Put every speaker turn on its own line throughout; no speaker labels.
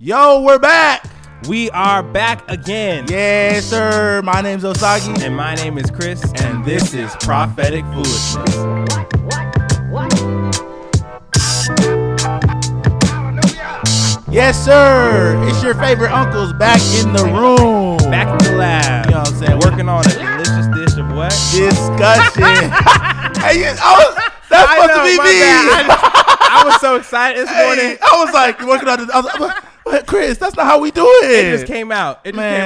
Yo, we're back.
We are back again.
Yes, sir. My name's Osagi.
And my name is Chris, and this is Prophetic Foolishness.
Yes, sir. It's your favorite uncles back in the room.
Back in the lab.
You know what I'm saying?
Working on a delicious dish of what?
discussion. hey, you, I was, that's supposed to be
my
me.
bad. I, just- I was so excited this morning.
Hey, I was like working on this. I was, I was like, "What, Chris, that's not how we do it.
It just came out. It just
Man,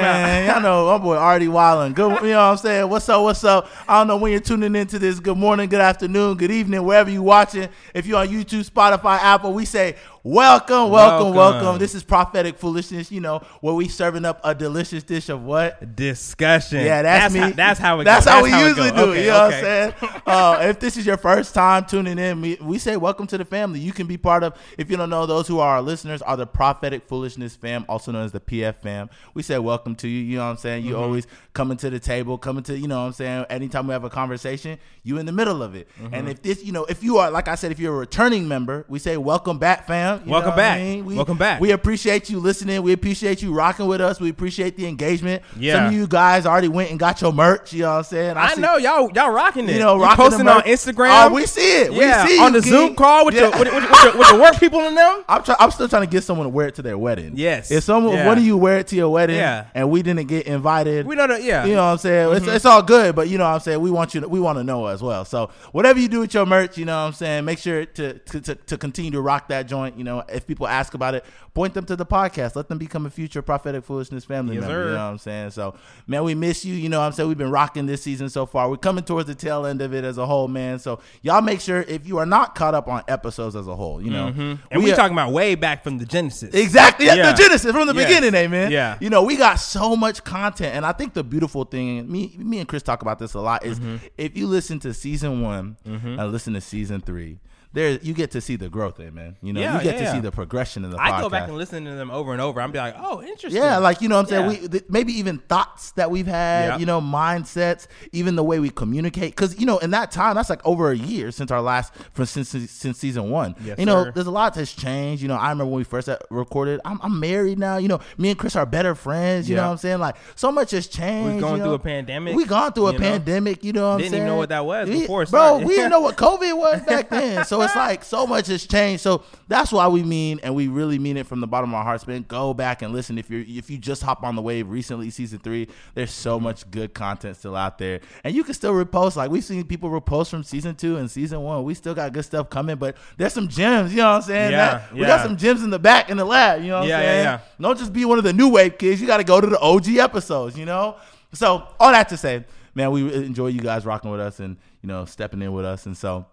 came out.
y'all know my boy Artie Wildin. Good, you know what I'm saying. What's up? What's up? I don't know when you're tuning into this. Good morning, good afternoon, good evening, wherever you watching. If you're on YouTube, Spotify, Apple, we say welcome, welcome, welcome.
Welcome.
This is prophetic foolishness. You know where we serving up a delicious dish of what?
Discussion.
Yeah, that's, me.
How, that's how it.
That's
goes.
how we
it
usually
goes.
do it.
Okay,
You know
okay.
what I'm saying? uh, if this is your first time tuning in, we, we say welcome to the family. You can be part of. If you don't know, those who are our listeners are the Prophetic Foolishness fam, also known as the PF fam. We say welcome to you. You know what I'm saying?
Mm-hmm.
You always coming to the table, coming to you know what I'm saying. Anytime we have a conversation, you in the middle of it.
Mm-hmm.
And if this, you know, if you are like I said, if you're a returning member, we say welcome back, fam. You
Welcome
know what I
back.
mean? We,
Welcome back.
We appreciate you listening. We appreciate you rocking with us. We appreciate the engagement. Some
Yeah.
of you guys already went and got your merch. You know what I'm saying?
I
see-
know y'all y'all rocking it.
You know, rocking
posting
the
on
merch.
Instagram.
Oh, we see it.
yeah,
we see
on
you,
the Zoom
Keith.
call with
Yeah.
your with, with, with your with your work people in them.
I'm, try- I'm still trying to get someone to wear it to their wedding.
Yes.
If someone, if
Yeah.
one of you wear it to your wedding,
Yeah.
and we didn't get invited,
We know that. Yeah, Mm-hmm.
you know what I'm saying? It's, it's all good, but you know what I'm saying? We want you to, we want to know as well. So whatever you do with your merch, you know what I'm saying? Make sure to, to, to, to continue to rock that joint. You know, if people ask about it, point them to the podcast. Let them become a future prophetic foolishness family
Yes,
member. You
sir.
know what I'm saying? So man, we miss you. You know what I'm saying? We've been rocking this season so far. We're coming towards the tail end of it as a whole, man. So y'all make sure if you are not caught up on episodes as a whole, you know,
Mm-hmm. and we,
are-
talking about way back from the Genesis.
Exactly. That's
Yeah.
the Genesis from the
Yes.
beginning, amen.
Yeah.
You know, we got so much content. And I think the beautiful thing, me me and Chris talk about this a lot, is
Mm-hmm.
if you listen to season one and listen to season three, there you get to see the growth, amen. You know,
Yeah,
you get to
yeah.
see the progression in the podcast.
I go back and listen to them over and over. I'm be like, oh, interesting.
Yeah, like you know what I'm saying.
Yeah.
We th- maybe even thoughts that we've had,
Yep.
you know, mindsets, even the way we communicate. Because you know, in that time, that's like over a year since our last, from since since season one.
Yes,
you know,
sir.
there's a lot that's changed. You know, I remember when we first uh, recorded. I'm, I'm married now. You know, me and Chris are better friends. You know
Yeah.
what I'm saying? Like so much has changed.
We've
you
gone
know?
through a pandemic,
We gone through a
you know?
pandemic. You know what I'm
Didn't
saying?
even know what that was
We-
before it
bro.
started.
We didn't know what COVID was back then. So it's like so much has changed. So that's why we mean and we really mean it from the bottom of our hearts, man. Go back and listen. If you're if you just hop on the wave recently, season three, there's so much good content still out there. And you can still repost. Like we've seen people repost from season two and season one. We still got good stuff coming, but there's some gems, you know what I'm saying?
Yeah,
That- We got
yeah.
some gems in the back in the lab, you know what
Yeah,
I'm
yeah,
saying?
yeah.
Don't just be one of the new wave kids. You got to go to the OG episodes, you know? So, all that to say, man, we enjoy you guys rocking with us and, you know, stepping in with us. And so,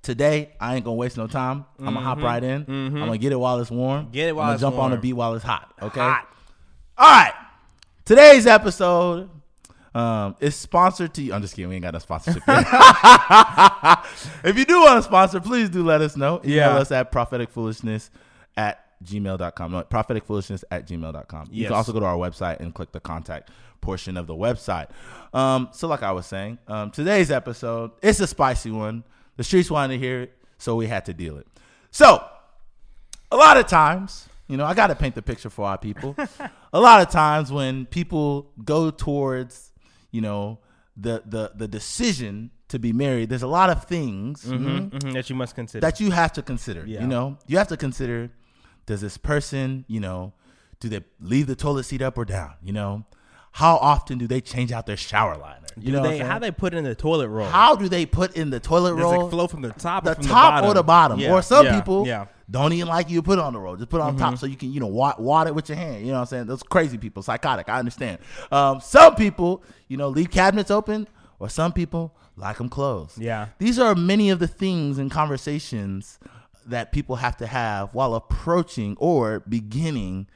today, I ain't going to waste no time. I'm going to hop right in. I'm going to get it while it's warm.
Mm-hmm. Get it while
I'm gonna
it's
jump on the
warm.
beat while it's hot, okay?
Hot.
All right. Today's episode um, is sponsored to you. I'm just kidding. We ain't got no sponsorship. yet. if you do want to sponsor, please do let us know. Email
Yeah.
us at propheticfoolishness at gmail.com. No, propheticfoolishness at gmail.com. You
Yes.
can also go to our website and click the contact portion of the website. Um, so, like I was saying, um, today's episode, it's a spicy one. The streets wanted to hear it, so we had to deal it. So, a lot of times, you know, I got to paint the picture for our people. a lot of times when people go towards, you know, the the the decision to be married, there's a lot of things mhm,
Mm-hmm.
Mhm, that you must consider.
that you have to consider.
Yeah.
You know, you have to consider: does this person, you know, do they leave the toilet seat up or down? You know, how often do they change out their shower liner? You
Do
know, what I'm
they,
saying?
how they put it in the toilet roll?
how do they put in the toilet
Does
roll?
it flow from the top,
the
or from
top
the bottom?
or the bottom.
Yeah,
Or some
yeah,
people
Yeah.
don't even like you put it on the road. Just put it on top so you can, you know, wad, wad it with your hand. You know what I'm saying? Those crazy people, psychotic. I understand. Um, some people, you know, leave cabinets open, or some people like them closed.
Yeah.
These are many of the things and conversations that people have to have while approaching or beginning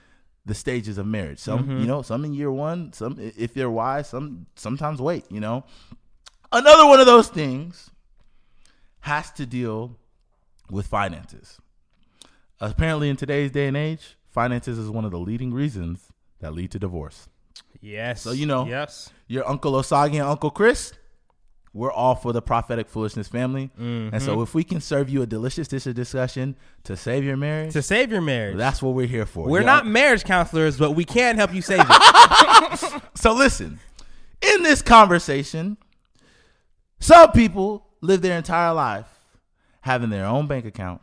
the stages of marriage. Some, you know, some in year one, some i- if they're wise, some sometimes wait, you know. Another one of those things has to deal with finances. Apparently, in today's day and age, finances is one of the leading reasons that lead to divorce.
Yes.
So, you know.
Yes.
Your Uncle Osagi and Uncle Chris, We're all for the prophetic foolishness family. And
Mm-hmm.
so if we can serve you a delicious dish of discussion to save your marriage,
to save your marriage.
that's what we're here for.
We're
Y'all-
not marriage counselors, but we can help you save it.
So listen, in this conversation, some people live their entire life having their own bank account.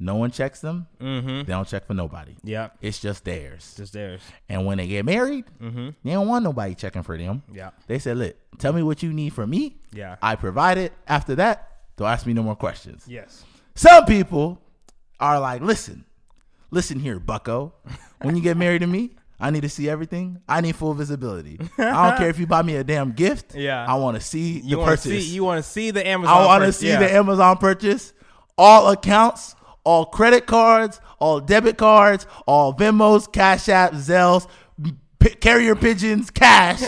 No one checks them.
mm-hmm.
They don't check for nobody.
Yeah,
It's just theirs.
just theirs.
And when they get married, they don't want nobody checking for them.
Mm-hmm. Yeah,
They said, "Look, tell me what you need from me.
yeah,
I provide it. After that, don't ask me no more questions."
yes.
Some people are like, listen, listen here, bucko. When you get married to me, I need to see everything. I need full visibility. I don't care if you buy me a damn gift.
Yeah.
I want to see
You
the
want to
purchase.
see? You want to see the Amazon?
I want to
first,
see
yeah.
the Amazon purchase. All accounts, all credit cards, all debit cards, all Venmos, Cash App, Zells, p- carrier pigeons, cash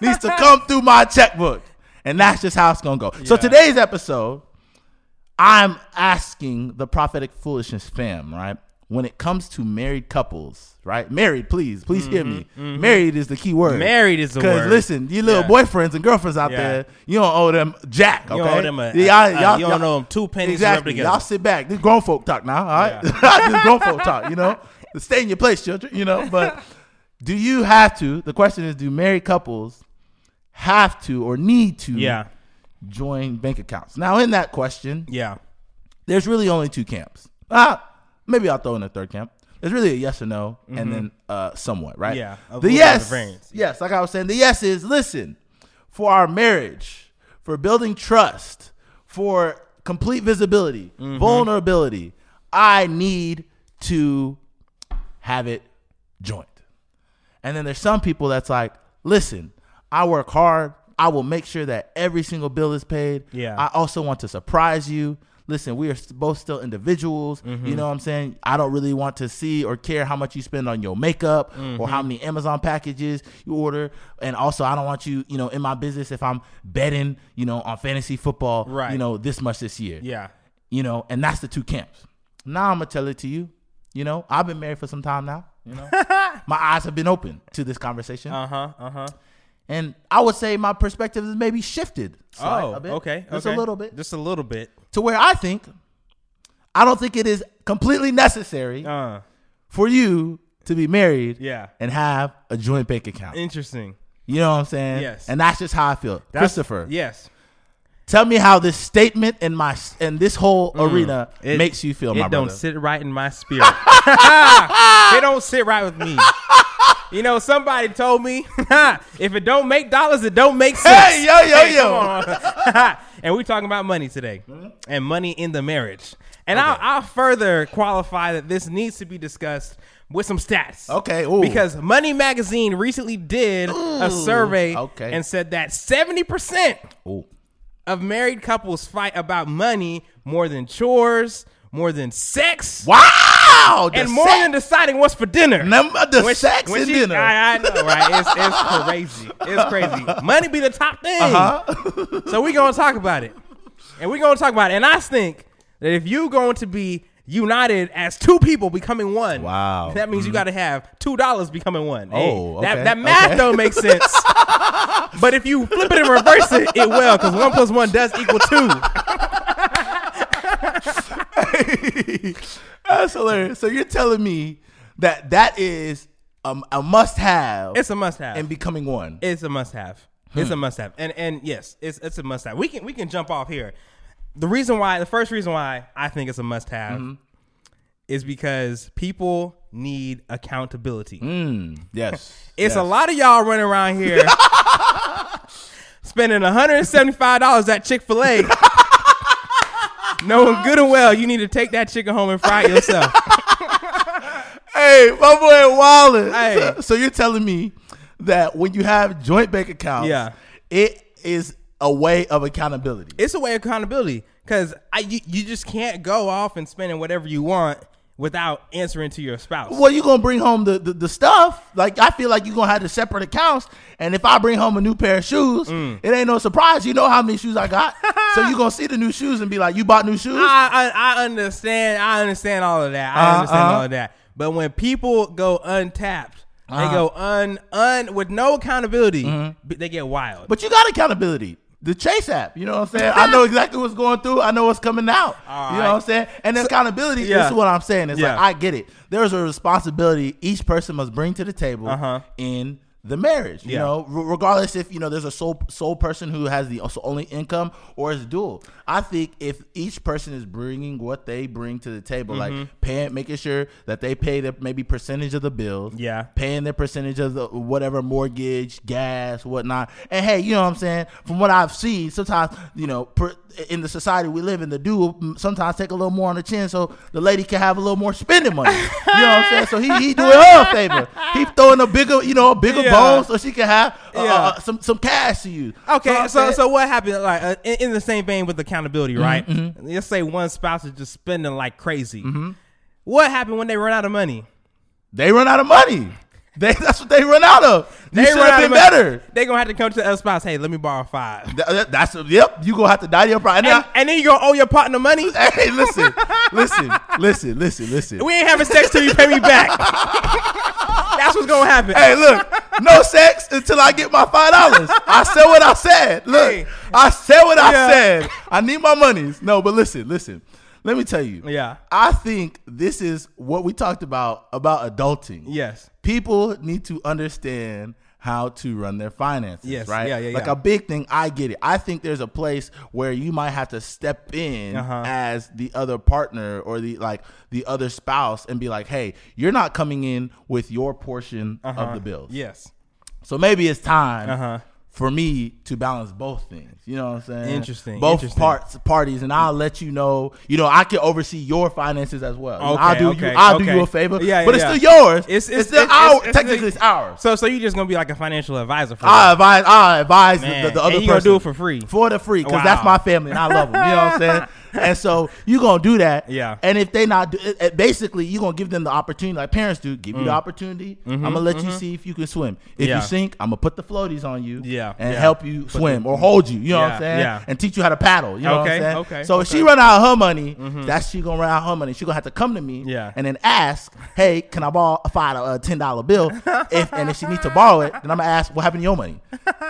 needs to come through my checkbook. And that's just how it's going to go. So
Yeah.
today's episode, I'm asking the prophetic foolishness fam, right? When it comes to married couples, right? Married, please, please hear me. Married is the key word.
Mm-hmm, Married is the word.
Because listen, you little
Yeah.
boyfriends and girlfriends out
Yeah.
there, you don't owe them jack.
You
okay?
don't owe them a,
Yeah,
a- a- you don't owe them two pennies to rub
Exactly.
together.
Y'all sit back. This grown folk talk now. All right. this grown folk talk. You know, stay in your place, children. You know, but do you have to? The question is, do married couples have to or need to
yeah,
join bank accounts? Now, in that question,
yeah,
there's really only two camps. Ah, maybe I'll throw in a third camp. There's really a yes or no, and then uh, somewhat, right?
Mm-hmm. Yeah, of
The
who has
yes,
the variance.
yes, like I was saying, the yes is listen for our marriage, for building trust, for complete visibility,
Mm-hmm.
vulnerability. I need to have it joint. And then there's some people that's like, listen, I work hard. I will make sure that every single bill is paid.
Yeah.
I also want to surprise you. Listen, we are s- both still individuals.
Mm-hmm.
You know what I'm saying? I don't really want to see or care how much you spend on your makeup or
Mm-hmm.
how many Amazon packages you order. And also, I don't want you, you know, in my business if I'm betting, you know, on fantasy football,
Right.
you know, this much this year
yeah.
you know, and that's the two camps. Now I'm gonna tell it to you. You know, I've been married for some time now. You know, my eyes have been open to this conversation,
Uh huh. Uh huh.
and I would say my perspective has maybe shifted. slight
Oh,
a bit,
okay.
just
okay.
a little bit
Just a little bit.
to where I think I don't think it is completely necessary
Uh,
for you to be married,
Yeah.
and have a joint bank account.
interesting.
you know what I'm saying?
Yes.
And that's just how I feel,
That's-
Christopher.
Yes.
Tell me how this statement and my and this whole arena
Mm. It-
makes you feel,
It
Oh, my
don't
brother.
sit right in my spirit. it don't sit right with me. You know, somebody told me if it don't make dollars, it don't make sense.
Hey, yo, yo, yo. Mm-hmm.
come on. and we're talking about money today, and money in the marriage. And I'll, I'll further qualify that this needs to be discussed with some stats.
Okay, ooh.
Because Money Magazine recently did a survey
okay.
and said that seventy percent
Ooh.
of married couples fight about money more than chores, more than sex,
Wow! The
and more
sex-
than deciding what's for dinner.
number the
When she-
sex
when
and
she-
dinner.
I, I know, right? It's, it's crazy. It's crazy. Money be the top thing.
huh?
So we gonna talk about it, and we gonna talk about it. And I think that if you going to be united as two people becoming one,
Wow. Mm-hmm.
that means you got to have two dollars becoming one. Hey,
Oh, okay,
that that math
okay.
don't make sense. but if you flip it and reverse it, it will because one plus one does equal two.
That's hilarious. So you're telling me that that is um, a must-have
It's a must have.
and becoming one.
It's a must have. It's a must have. And and yes, it's it's a must have. We can we can jump off here. The reason why the first reason why I think it's a must have is because people need accountability.
yes,
It's
yes.
a lot of y'all running around here spending $175 at Chick-fil-A. Knowing good and well you need to take that chicken home and fry it yourself.
Hey, my boy Wallace.
Hey.
So you're telling me that when you have joint bank accounts,
Yeah.
it is a way of accountability.
it's a way of accountability because I you, you just can't go off and spending whatever you want without answering to your spouse.
well, you're gonna bring home the, the, the stuff. Like I feel like you're gonna have the separate accounts. And if I bring home a new pair of shoes,
Mm.
it ain't no surprise. You know how many shoes I got. so you're gonna see the new shoes and be like, "You bought new shoes."
I, I I understand I understand all of that. I
Uh,
understand
uh.
all of that. But when people go untapped, they go un un with no accountability, b- they get wild.
but you got accountability. the Chase app. You know what I'm saying? I know exactly what's going through. I know what's coming out.
All
You
right.
know what I'm saying? And accountability.
yeah.
This is what I'm saying. It's
Yeah.
like I get it. There's a responsibility each person must bring to the table
Uh-huh.
in the marriage. You
Yeah.
know, Re- regardless if you know there's a sole sole person who has the also only income or is dual. I think if each person is bringing what they bring to the table,
Mm-hmm.
like paying, making sure that they pay the maybe percentage of the bills
Yeah.
paying their percentage of the whatever mortgage, gas, whatnot. And hey, you know what I'm saying? From what I've seen, sometimes you know, per, in the society we live in, the dude will sometimes take a little more on the chin, so the lady can have a little more spending money. you know what I'm saying? So he he doing her a favor. He throwing a bigger, you know, a bigger
Yeah.
bone, so she can have uh,
Yeah.
uh, some some cash to use.
Okay,
I'm
so Mm-hmm,
saying-
so what happened? Like uh, in, in the same vein with accountability, right? Let's say one spouse is just spending like crazy. What happened when they run out of money?
they run out of money. They, that's what they run out of. You
They
should
run out
have
of
been
money.
better.
They gonna have to come to the other spouse. Hey, let me borrow five. And,
Th- that- that's yep. You gonna have to die to your pride. And I-
and then you gonna owe your partner money.
Hey, listen, listen, listen, listen, listen.
We ain't having sex till you pay me back. That's what's gonna happen.
Hey, look, no sex until I get my five dollars. I said what I said. Look,
Hey.
I said what I
Yeah.
said. I need my monies. No, but listen, listen. Let me tell you.
Yeah.
I think this is what we talked about about adulting.
Yes.
People need to understand how to run their finances,
Yes,
right?
yeah, yeah,
like
yeah.
a big thing, I get it. I think there's a place where you might have to step in
Uh-huh.
as the other partner or the like the other spouse and be like, "Hey, you're not coming in with your portion
Uh-huh.
of the bills."
Yes.
So maybe it's time
Uh-huh.
for me to balance both things. You know what I'm saying?
Interesting,
Both
interesting.
parts parties, and I'll let you know. You know, I can oversee your finances as well. You know, I'll
Okay,
do
okay,
you. I'll do
okay.
you a favor.
Yeah, yeah,
but it's
yeah.
still yours. It's,
It's- it's-
still
it's-
ours.
it's- it's-
Technically, it's, ours.
So so you just gonna be like a financial advisor for
I
them.
advise. I advise
Man,
the, the
and
other
you gonna
person
do it for free.
for the free because
Wow.
that's my family and I love them. You know what I'm saying? And so you gonna do that.
Yeah.
And if they not do, it- it- basically you gonna give them the opportunity like parents do. Give you the opportunity. I'm gonna let you see if you can swim. If
Mm. Mm-hmm, Yeah.
you sink, I'm gonna put the floaties on you.
Yeah,
And
yeah.
help you swim or hold you. You know what
Yeah,
I'm saying?
yeah.
And teach you how to paddle. You know what
Okay,
I'm saying?
okay,
So if
okay. Mm-hmm.
she run out of her money, that's she gonna run out of her money. She gonna have to come to me.
Yeah.
And then ask, hey, can I borrow a five a ten dollar bill? If and if she needs to borrow it, then I'm gonna ask, what happened to your money?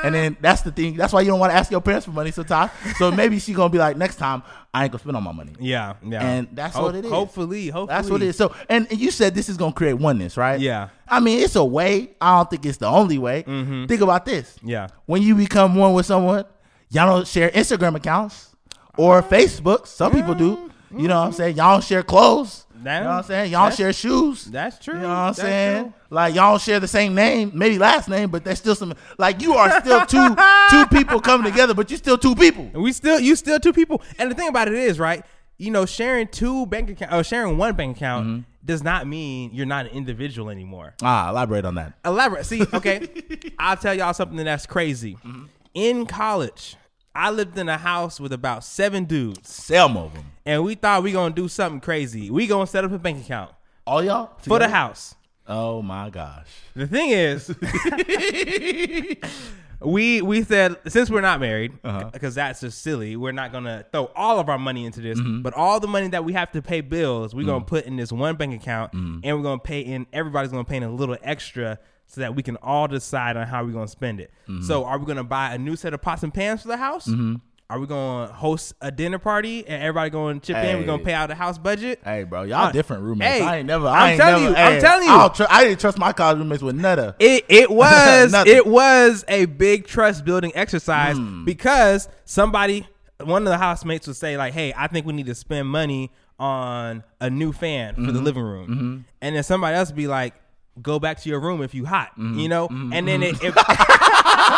And then that's the thing. That's why you don't want to ask your parents for money sometimes. So maybe she gonna be like, next time I ain't gonna spend all my money.
Yeah, yeah.
And that's what it is.
Hopefully, hopefully.
That's what it is. So, and, and you said this is gonna create oneness, right?
Yeah. Mm-hmm.
I mean, it's a way. I don't think it's the only way. Think about this.
Yeah.
When you become one with someone, y'all don't share Instagram accounts or Facebook. Some people do. You know what I'm saying? Y'all don't share clothes.
That-
you know what I'm saying? Y'all don't
Mm-hmm. that's-
share shoes.
That's true.
You know what I'm
That's
saying?
true.
Like y'all don't share the same name, maybe last name, but there's still some. Like you are still two two people coming together, but you're still two people.
And we still you still two people. And the thing about it is, right? You know, sharing two bank account or sharing one bank account
Mm-hmm.
does not mean you're not an individual anymore.
Ah, elaborate on that.
Elaborate. See, okay, I'll tell y'all something that's crazy.
Mm-hmm.
In college, I lived in a house with about seven dudes,
Sell of them.
and we thought we gonna do something crazy. We gonna set up a bank account
All y'all
for the
together?
house.
Oh my gosh.
The thing is, we we said since we're not married, because that's just silly. We're not gonna throw all of our money into this, but all the money that we have to pay bills, we're gonna put in this one bank account, and we're gonna pay in. Everybody's gonna pay in a little extra so that we can all decide on how we're gonna spend it. So, are we gonna buy a new set of pots and pans for the house? Are we gonna host a dinner party and everybody gonna chip in? We're
Hey.
gonna pay out the house budget.
Hey, bro, y'all
Uh,
different roommates.
hey,
I ain't never.
I'm
I ain't
telling
never-
you, I'm
hey,
telling you.
I, don't tr- I didn't trust my college roommates with nada.
It it was
Nothing. Hmm.
it was a big trust building exercise because somebody one of the housemates would say like, "Hey, I think we need to spend money on a new fan for
Mm-hmm.
the living room," and then somebody else would be like, "Go back to your room if you hot,"
Mm-hmm.
you know, and then it. it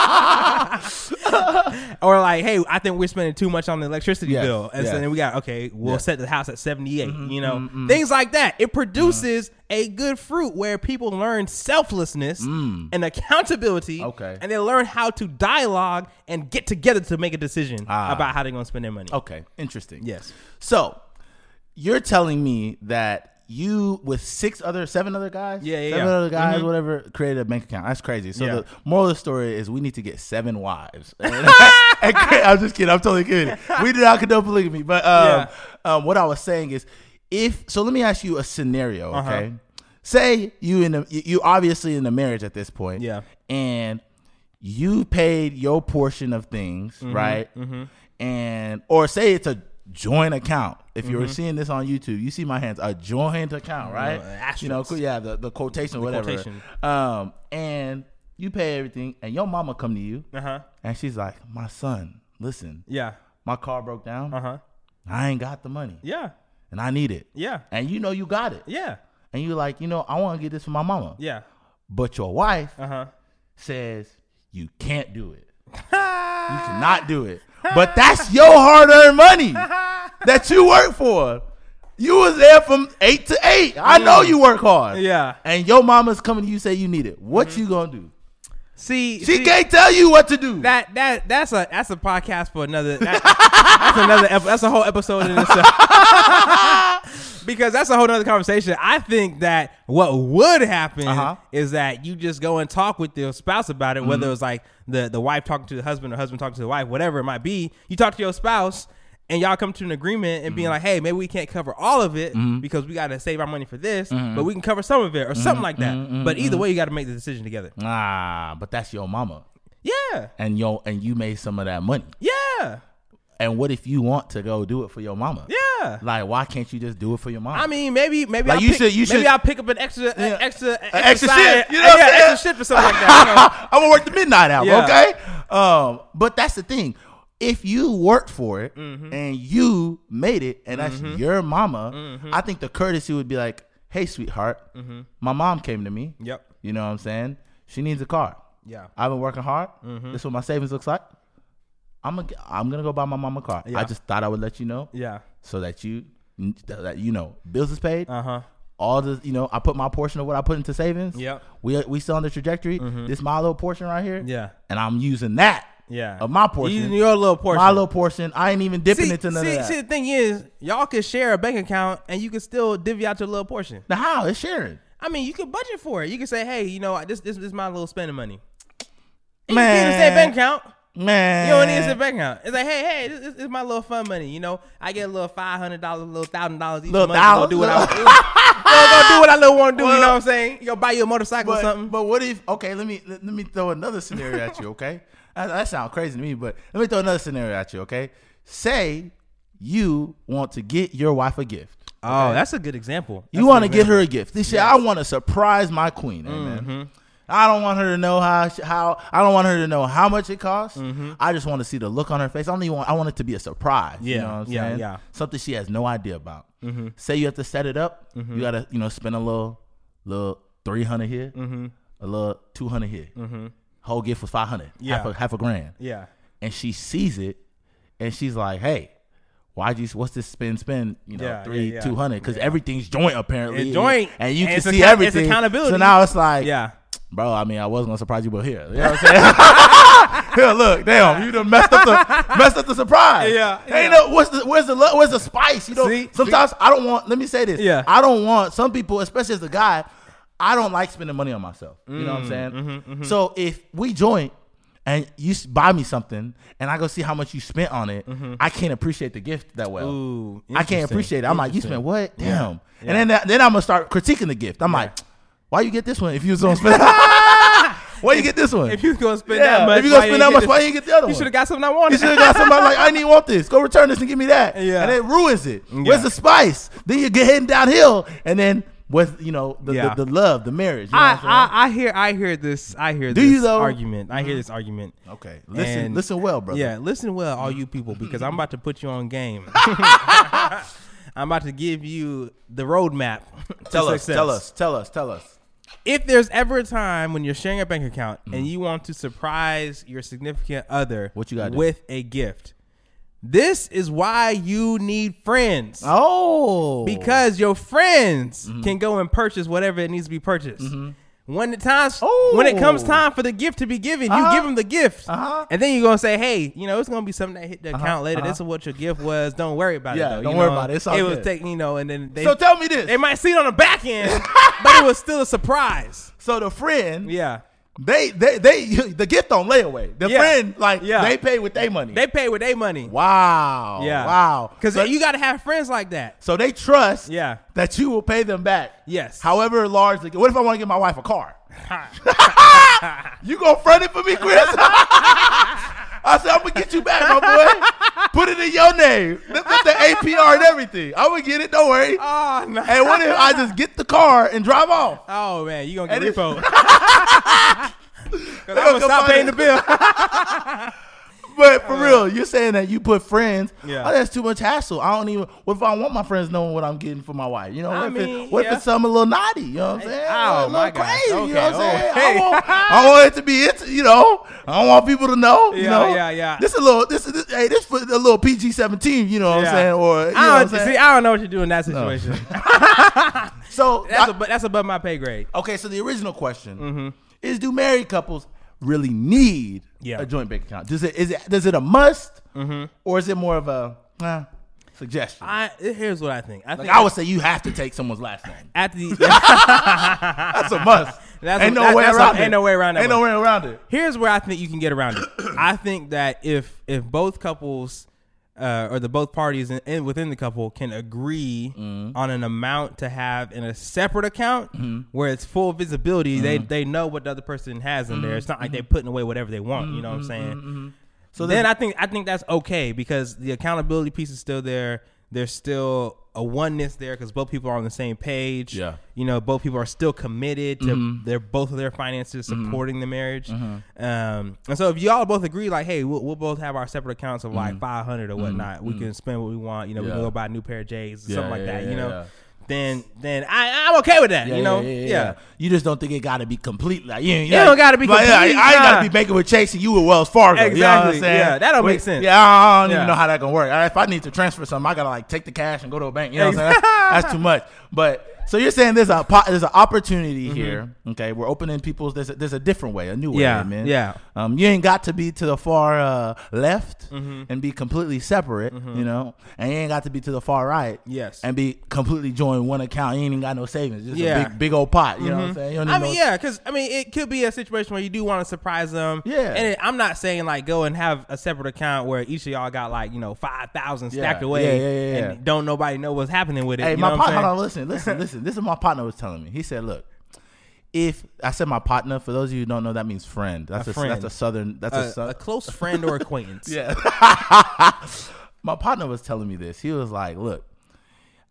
or like, hey, I think we're spending too much on the electricity
Mm-hmm. Yes,
bill, and so
yes.
then we got okay. We'll set the house at seventy
Mm-hmm,
You know, things like that. It produces a good fruit where people learn selflessness and accountability.
Mm. Okay.
and they learn how to dialogue and get together to make a decision
Ah.
about how they're gonna spend their money.
Okay, interesting.
Yes.
So, you're telling me that you with six other, seven other guys,
Yeah, yeah,
seven
yeah.
other guys, whatever, created a bank account. That's crazy. So
Yeah.
the moral of the story is we need to get seven wives. And- and cre- I'm just kidding. I'm totally kidding. We did not condone polygamy, but um, um, what I was saying is, if so, let me ask you a scenario. Okay, say you in a, you you obviously in a marriage at this point.
Yeah.
and you paid your portion of things, right? And or say it's a joint account. If you were seeing this on YouTube, you see my hands a joint account, right?
asterisks.
you know, cool, yeah, the, the quotation, whatever.
quotation.
Um, and you pay everything, and your mama come to you,
Uh huh.
and she's like, "My son, listen,
Yeah.
my car broke down.
Uh huh.
I ain't got the money,
Yeah.
and I need it.
Yeah.
And you know you got it,
Yeah.
and you're like, you know, I want to get this for my mama,
Yeah.
but your wife
Uh huh.
says you can't do it. You cannot do it. But that's your hard-earned money that you work for. You was there from eight to eight. I know you work hard.
Yeah. Mm-hmm.
And your mama's coming to you say you need it. What you gonna do?
See,
She
see,
can't tell you what to do.
that that that's a that's a podcast for another. That, that's another. ep- That's a whole episode in itself. because that's a whole other conversation. I think that what would happen
Uh-huh.
is that you just go and talk with your spouse about it, whether it's like the the wife talking to the husband or husband talking to the wife, whatever it might be. You talk to your spouse. And y'all come to an agreement and being like, hey, maybe we can't cover all of it because we got to save our money for this, but we can cover some of it or something like that. But either way, you got to make the decision together.
ah, but that's your mama.
Yeah.
And yo and you made some of that money.
Yeah.
And what if you want to go do it for your mama?
Yeah.
Like why can't you just do it for your mama?
I mean, maybe maybe
Like,
I'll
you
pick,
should- you
maybe
should-
I'll pick up an extra an
Yeah.
extra
An extra
side-
shift, you know what I'm
yeah,
saying?
extra shift or something like that. I don't know.
I'm gonna work the midnight hour,
Yeah.
okay? Um, but that's the thing. If you worked for it
Mm-hmm.
and you made it, and that's your mama,
Mm-hmm.
I think the courtesy would be like, "Hey, sweetheart, my mom came to me.
Yep.
You know what I'm saying? She needs a car.
Yeah.
I've been working hard.
Mm-hmm.
This is what my savings looks like. I'm gonna I'm gonna go buy my mom a car.
Yeah.
I just thought I would let you know
Yeah.
so that you that you know bills is paid
Uh huh.
all the you know I put my portion of what I put into savings.
Yep.
We we still on the trajectory. This my little portion right here.
Mm-hmm. Yeah.
And I'm using that.
Yeah.
Of my portion.
Using your little portion.
My little portion. I ain't even dipping
see,
into none
see,
of that.
see, the thing is, y'all could share a bank account and you could still divvy out your little portion.
Now how it's sharing.
I mean, you could budget for it. You could say, hey, you know, I- this this, this is my little spending money. You
Man.
can say bank account.
Man.
You don't need to sit back now. It's like, hey, hey, this, this is my little fun money. You know, I get a little five hundred dollars, a little thousand dollars each
Little
month. to Go do what I want. go do what I little want to do. you know what I'm saying? You go buy you a motorcycle or
But,
something.
but what if okay, let me let, let me throw another scenario at you, okay? That, that sounds crazy to me, but let me throw another scenario at you, okay? Say you want to get your wife a gift.
Oh, that's a good example.
You want to get her a gift this year. I want to surprise my queen. Amen.
Mm-hmm.
I don't want her to know how she- how I don't want her to know how much it costs.
Mm-hmm.
I just want to see the look on her face. I don't even want I want it to be a surprise. you
Yeah,
know what I'm
yeah,
saying?
yeah. Mm-hmm.
Something she has no idea about. Say you have to set it up. You gotta you know spend a little little three hundred here,
Mm-hmm.
a little two hundred here. Whole gift was five hundred.
Yeah.
half a, half a grand
Yeah.
and she sees it and she's like, hey, why'd you what's this spin spin? You know,
Yeah,
three,
yeah, yeah.
two hundred. Because everything's joint apparently.
It's joint,
And you
and
can
it's
see
account- it's
everything.
accountability.
So now it's like,
Yeah.
bro, I mean, I was gonna surprise you, but here. You know what I'm saying? Here, look, damn, you done messed up the messed up the surprise.
Yeah, yeah.
Ain't no what's the where's the love, where's the spice? You know,
See?
sometimes I don't want. Let me say this.
Yeah.
I don't want some people, especially as a guy, I don't like spending money on myself. you know what I'm
Mm,
saying?
mm-hmm,
So if we joint and you s- buy me something, and I go see how much you spent on it, I can't appreciate the gift that well.
Mm-hmm. Ooh,
I can't
interesting.
appreciate it. I'm like, you spent what? Damn. And then that- then I'm gonna start critiquing the gift. I'm like, why you get this one if you was gonna spend? why you get this one?
If you gonna spend
Yeah,
that much,
if you gonna
why
spend
didn't
that
get
much,
this-
why you didn't get the other
You
one?
should have got something I wanted.
You should have got somebody like, I didn't want this. Go return this and give me that.
Yeah.
And it ruins it. Where's the spice? Then you get heading downhill. And then with, you know, the,
Yeah.
the, the love, the marriage. You know what
I,
I'm
I, I hear I hear this I hear
Do
this
you, though?
argument. I hear this argument.
saying? okay. Listen,
And-
listen well, brother.
Yeah, listen well, all you people, because I'm about to put you on game. I'm about to give you the roadmap. to
Tell us,
success.
tell us, tell us, tell us.
If there's ever a time when you're sharing a bank account and you want to surprise your significant other
Mm. What you gotta do?
with a gift, this is why you need friends.
Oh.
Because your friends
Mm-hmm.
can go and purchase whatever it needs to be purchased. When the times,
Oh.
when it comes time for the gift to be given,
Uh-huh.
you give them the gift,
Uh-huh.
and then you're gonna say, "Hey, you know, it's gonna be something that hit the account later. This is what your gift was. Don't worry about
Yeah,
it. though,
don't
you
worry
know?
about it. It's all
it was
good.
taking, you know, and then they
So tell me this.
they might see it on the back end, but it was still a surprise.
so the friend,
Yeah,
they, they, they, the gift on layaway. The
Yeah.
friend, like,
Yeah.
they pay with their money.
they pay with their money.
wow.
Yeah,
Wow.
Because
so,
you got to have friends like that.
so they trust
Yeah.
that you will pay them back.
Yes.
However large the What if I want to get my wife a car? You gonna front it for me, Chris? I said, I'm gonna get you back, my boy. Put it in your name. Look at the APR and everything. I'm gonna get it, don't worry.
Oh, no.
And what if I just get the car and drive off?
Oh man, you gonna get
And it's-
repo? Because I'm
come
gonna stop
find
paying the
it.
bill.
But for real, you're saying that you put friends.
Uh-huh. Yeah.
Oh, that's too much hassle. I don't even. What if I want my friends knowing what I'm getting for my wife? You know, what,
I
if,
mean,
it, what
yeah.
if it's something a little naughty? You know what I'm saying? a
Oh,
little
my gosh.
crazy. You know
Okay,
what I'm saying?
okay.
I, want, I want it to be it. You know, I don't want people to know. you
Yeah,
know?
yeah, yeah.
This a little. This is this, hey, this for a little PG-17. You know what
Yeah.
I'm saying? Or you know what
I
I'm
don't see.
saying?
I don't know what you do in that situation.
so
That's
I-
ab- that's above my pay grade.
okay. So the original question
Mm-hmm.
is: Do married couples really need
Yeah. Mm-hmm.
a joint bank account? Does it is it does it a must or is it more of a uh, suggestion?
I here's what I think. I think
Like, I would say you have to take someone's last name.
at the
That's a must.
That's
ain't
a-
no
that-
way
that's a-
around it.
ain't no way around that
Ain't no way around it.
here's where I think you can get around it. I think that if if both couples uh, or the both parties in, in, within the couple can agree on an amount to have in a separate account where it's full visibility, they they know what the other person has in there. It's not like they're putting away whatever they want. You know what I'm saying? So then I think I think that's okay because the accountability piece is still there. There's still a oneness there because both people are on the same page.
Yeah.
You know, both people are still committed to
Mm-hmm.
their both of their finances supporting the marriage. Um, and so if y'all both agree, like, hey, we'll, we'll both have our separate accounts of like 500 or whatnot. We can spend what we want. You know, we can
Mm-hmm. Yeah.
go buy a new pair of J's,
Yeah,
something like
yeah,
that.
yeah,
you know,
yeah.
then then I I'm okay with that. you know,
yeah,
yeah.
You just don't think it got to be complete. Like you, you
don't gotta be
I,
complete,
ain't
nah.
gotta be banking with Chase and you with Wells Fargo. You know what I'm
Exactly,
saying?
yeah, that don't make
Wait,
sense.
Yeah, I don't
Yeah.
even know how that can work. If I need to transfer something, I gotta like take the cash and go to a bank. You know what I'm saying? That's, that's too much. But so you're saying there's a po- there's an opportunity
Mm-hmm.
here. Okay, we're opening people's. There's a, there's a different way, a new way.
Yeah,
man.
yeah.
Um, you ain't got to be to the far uh, left
Mm-hmm.
and be completely separate. You know, and you ain't got to be to the far right.
Yes.
and be completely joined one account. You ain't even got no savings. Just
Yeah. Mm-hmm.
a big big old pot. You know what I'm saying? You don't
I
even
mean,
know-
yeah, because I mean, it could be a situation where you do want to surprise them.
Yeah.
and it, I'm not saying like go and have a separate account where each of y'all got like you know five thousand
Yeah,
stacked
yeah,
away
yeah, yeah, yeah.
and don't nobody know what's happening with it.
Hey,
you
my
know what I'm
partner, hold
saying?
on, listen, listen, listen. This is what my partner was telling me. He said, "Look, if I said my partner, for those of you who don't know, that means friend. That's a,
friend.
that's a southern. That's a,
a,
sou-
a close friend or acquaintance.
yeah." my partner was telling me this. He was like, "Look,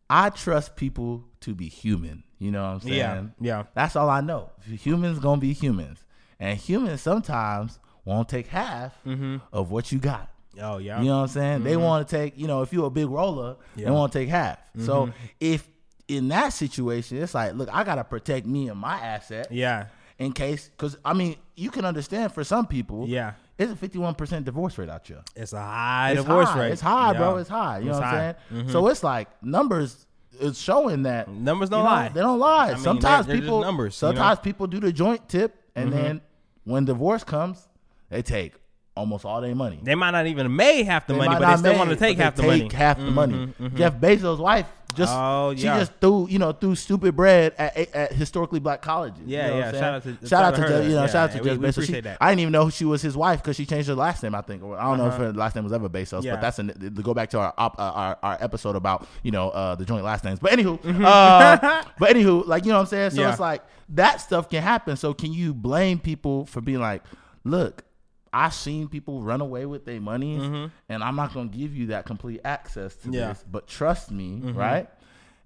I trust people to be human. You know what I'm saying?
Yeah, yeah.
That's all I know. Humans gonna be humans, and humans sometimes won't take half
Mm-hmm.
of what you got."
Oh yeah.
You know what I'm saying? They want to take, you know, if you're a big roller,
Mm-hmm. Yeah. Mm-hmm.
they want to take half. So if in that situation, it's like, look, I gotta protect me and my asset
Yeah.
in case, because I mean, you can understand for some people,
Yeah.
it's a 51 percent divorce rate out here.
It's a high
It's
divorce
high.
rate.
It's high, bro.
Yeah.
It's high. You know
It's
what
high. Mm-hmm.
I'm saying? So it's like numbers. It's showing that
Numbers
you
don't
know,
lie.
They don't lie.
I mean,
sometimes
they're- they're just
people
numbers, you know? Mm-hmm.
Sometimes people do the joint tip, and then when divorce comes, they take almost all their money.
They might not even made half the
They
money,
might
but they
not
still
made,
want to
but
take
they
half the money. Mm-hmm,
Take half the money. Jeff Bezos' wife just
Oh,
she
yeah.
just threw you know threw stupid bread at, at historically black colleges.
Yeah,
you know
yeah.
what I'm
Shout
saying?
out to-
shout out to
her.
Jeff- you know
Yeah,
shout out to
we-
Jeff
we
Bezos. She-
appreciate that.
I didn't even know she was his wife because she changed her last name. I think or I don't know if her last name was ever Bezos,
Uh-huh. Yeah.
but that's an, to go back to our op, uh, our our episode about you know uh, the joint last names. But anywho, uh, but anywho, like you know what I'm saying. So
Mm-hmm. Yeah.
it's like that stuff can happen. So can you blame people for being like, look? I've seen people run away with their monies, and I'm not gonna give you that complete access to
Mm-hmm. Yeah. Mm-hmm.
this. But trust me, right?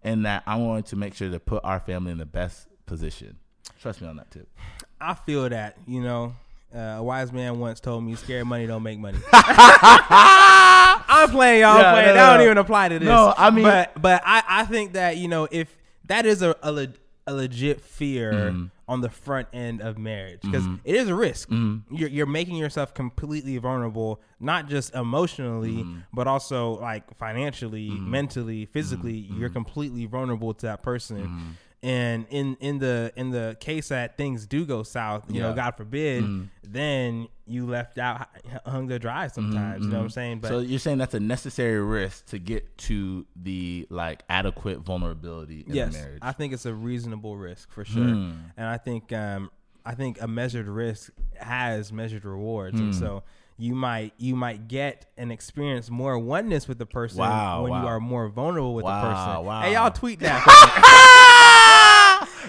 And that I'm going to make sure to put our family in the best position. Trust me on that tip.
I feel that, you know. Uh, a wise man once told me, "Scared money don't make money." I'm playing, y'all.
Yeah,
I'm playing.
no,
that don't
no.
even apply to this.
No, I mean-
but but I, I think that you know if that is a a, le- a legit fear
Mm.
on the front end of marriage because
Mm-hmm.
is a risk. You're you're making yourself completely vulnerable, not just emotionally,
Mm-hmm.
but also like financially, mentally, physically.
Mm-hmm.
You're completely vulnerable to that person. And in, in the in the case that things do go south, you know,
Yeah. Mm-hmm.
God forbid, then you left out h- hung to dry sometimes. You know what I'm saying? But
Mm-hmm. so you're saying that's a necessary risk to get to the like adequate vulnerability in
yes,
a marriage. Hmm.
I think it's a reasonable risk for sure, and I think um, I think a measured risk has measured rewards,
Hmm.
and so you might you might get and experience more oneness with the person
Wow,
when you
wow.
are more vulnerable with the
Wow,
person.
wow.
Hey, y'all tweet that.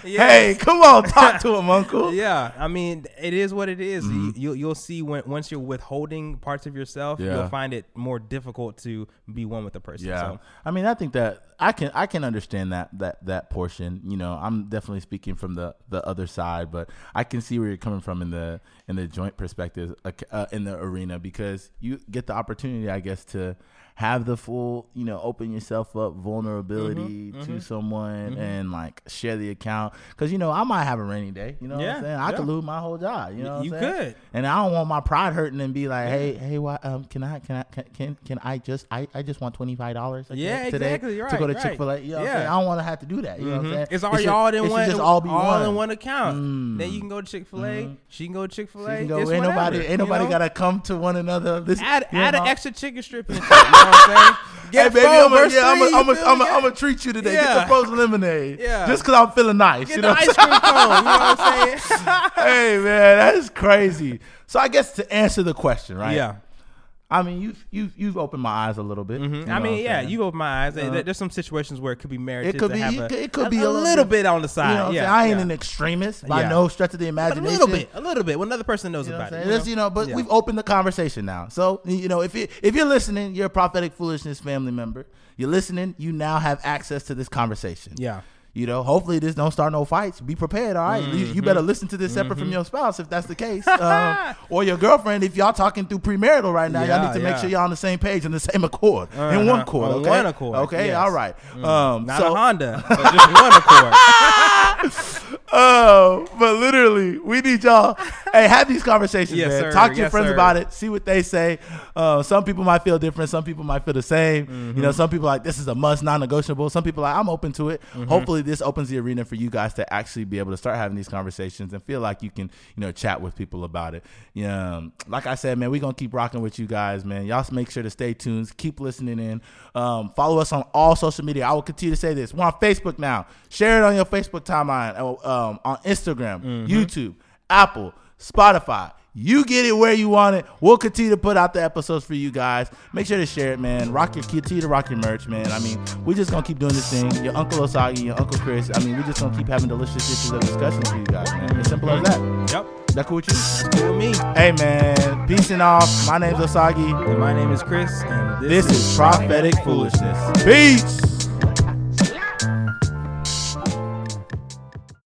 Hey, come on, talk to him, Uncle.
Yeah, I mean, it is what it is.
Mm-hmm.
You, will you'll see when once you're withholding parts of yourself,
Yeah.
you'll find it more difficult to be one with the person.
Yeah,
So,
I mean, I think that I can I can understand that that that portion. You know, I'm definitely speaking from the the other side, but I can see where you're coming from in the in the joint perspective uh, uh, in the arena because you get the opportunity, I guess, to have the full you know open yourself up vulnerability
Mm-hmm.
to someone and like share the account because you know i might have a rainy day you know what
Yeah,
i'm saying i could
yeah.
lose my whole job you know what
you
I'm saying?
could.
and I don't want my pride hurting and be like, hey, hey, why, um, can I, can I, can, can, can I just, I, I just want twenty five dollars.
Yeah,
today
exactly,
To
right,
go to
right.
Chick Fil A, you know what I'm
Yeah. Mm-hmm.
saying? I don't want to have to do that. You know what I'm saying?
It's
It
already
should-
all in
it should
one.
just all be
in one account. Then you can go to Chick Fil A. She can go to Chick Fil
So you
A.
can go, ain't nobody, ain't nobody gotta come to one another. This
add
you
add
know?
an extra chicken strip. In it, you know what I'm saying?
Hey,
Get
baby,
four
I'm gonna,
versus
yeah, I'm gonna,
three, you
I'm gonna,
feel
I'm
me?
gonna, I'm gonna treat you today. Get
Yeah.
the frozen lemonade.
Yeah.
just cause I'm feeling nice.
Get
you
the
know what I'm
ice cream cone. You know what I'm saying?
hey man, that's crazy. So I guess to answer the question, right?
Yeah.
I mean, you've you've you've opened my eyes a little bit. You know
Mm-hmm. I
what I'm
mean, yeah,
saying? Uh-huh.
you open my eyes. There- There's some situations where it could be marriages.
It could
that
be-
have
it
a,
could- it could
a-
be
a little bit on the side.
You know what I'm
yeah,
saying? I ain't
yeah.
an extremist by
Yeah.
no stretch of the
But a
imagination.
little bit, a little bit. When another person knows
You know what I'm
about it,
saying?
you
This-
know?
you know, but
Yeah.
we've opened the conversation now. So, you know, if you if you're listening, you're a prophetic foolishness family member. You're listening, you now have access to this conversation.
Yeah.
You know, hopefully this don't start no fights. Be prepared, all right? You, you
Mm-hmm.
better listen to this separate from your spouse if that's the case. Um, or your girlfriend if y'all talking through premarital right now.
Yeah,
y'all need to
yeah.
make sure y'all on the same page, on the same accord, in one
Uh-huh.
accord,
On
okay?
one accord,
Okay,
yes. Mm.
all right. Um,
Not
so,
a Honda, but just one accord.
Oh, but literally, we need y'all. hey, have these conversations,
Yes,
man.
sir.
Talk to your
Yes,
friends
sir.
about it. See what they say. Uh, some people might feel different. Some people might feel the same. You know, some people are like this is a must, non-negotiable. Some people are like I'm open to it. Hopefully, this opens the arena for you guys to actually be able to start having these conversations and feel like you can, you know, chat with people about it. Yeah, um, like I said, man, we gonna keep rocking with you guys, man. Y'all make sure to stay tuned. Keep listening in. Um, follow us on all social media. I will continue to say this. We're on Facebook now. Share it on your Facebook timeline. uh, Um, on Instagram, YouTube, Apple, Spotify. You get it where you want it. We'll continue to put out the episodes for you guys. Make sure to share it, man. Rock your continue to rock your merch, man. I mean, we just gonna keep doing this thing. Your Uncle Osagi, your Uncle Chris. I mean, we just gonna keep having delicious dishes of discussion for you guys, man. It's simple as that.
Yep.
That cool with you?
Cool with me.
Hey man, peace and off. My name's Osagi.
And my name is Chris, and
This is prophetic foolishness. Peace.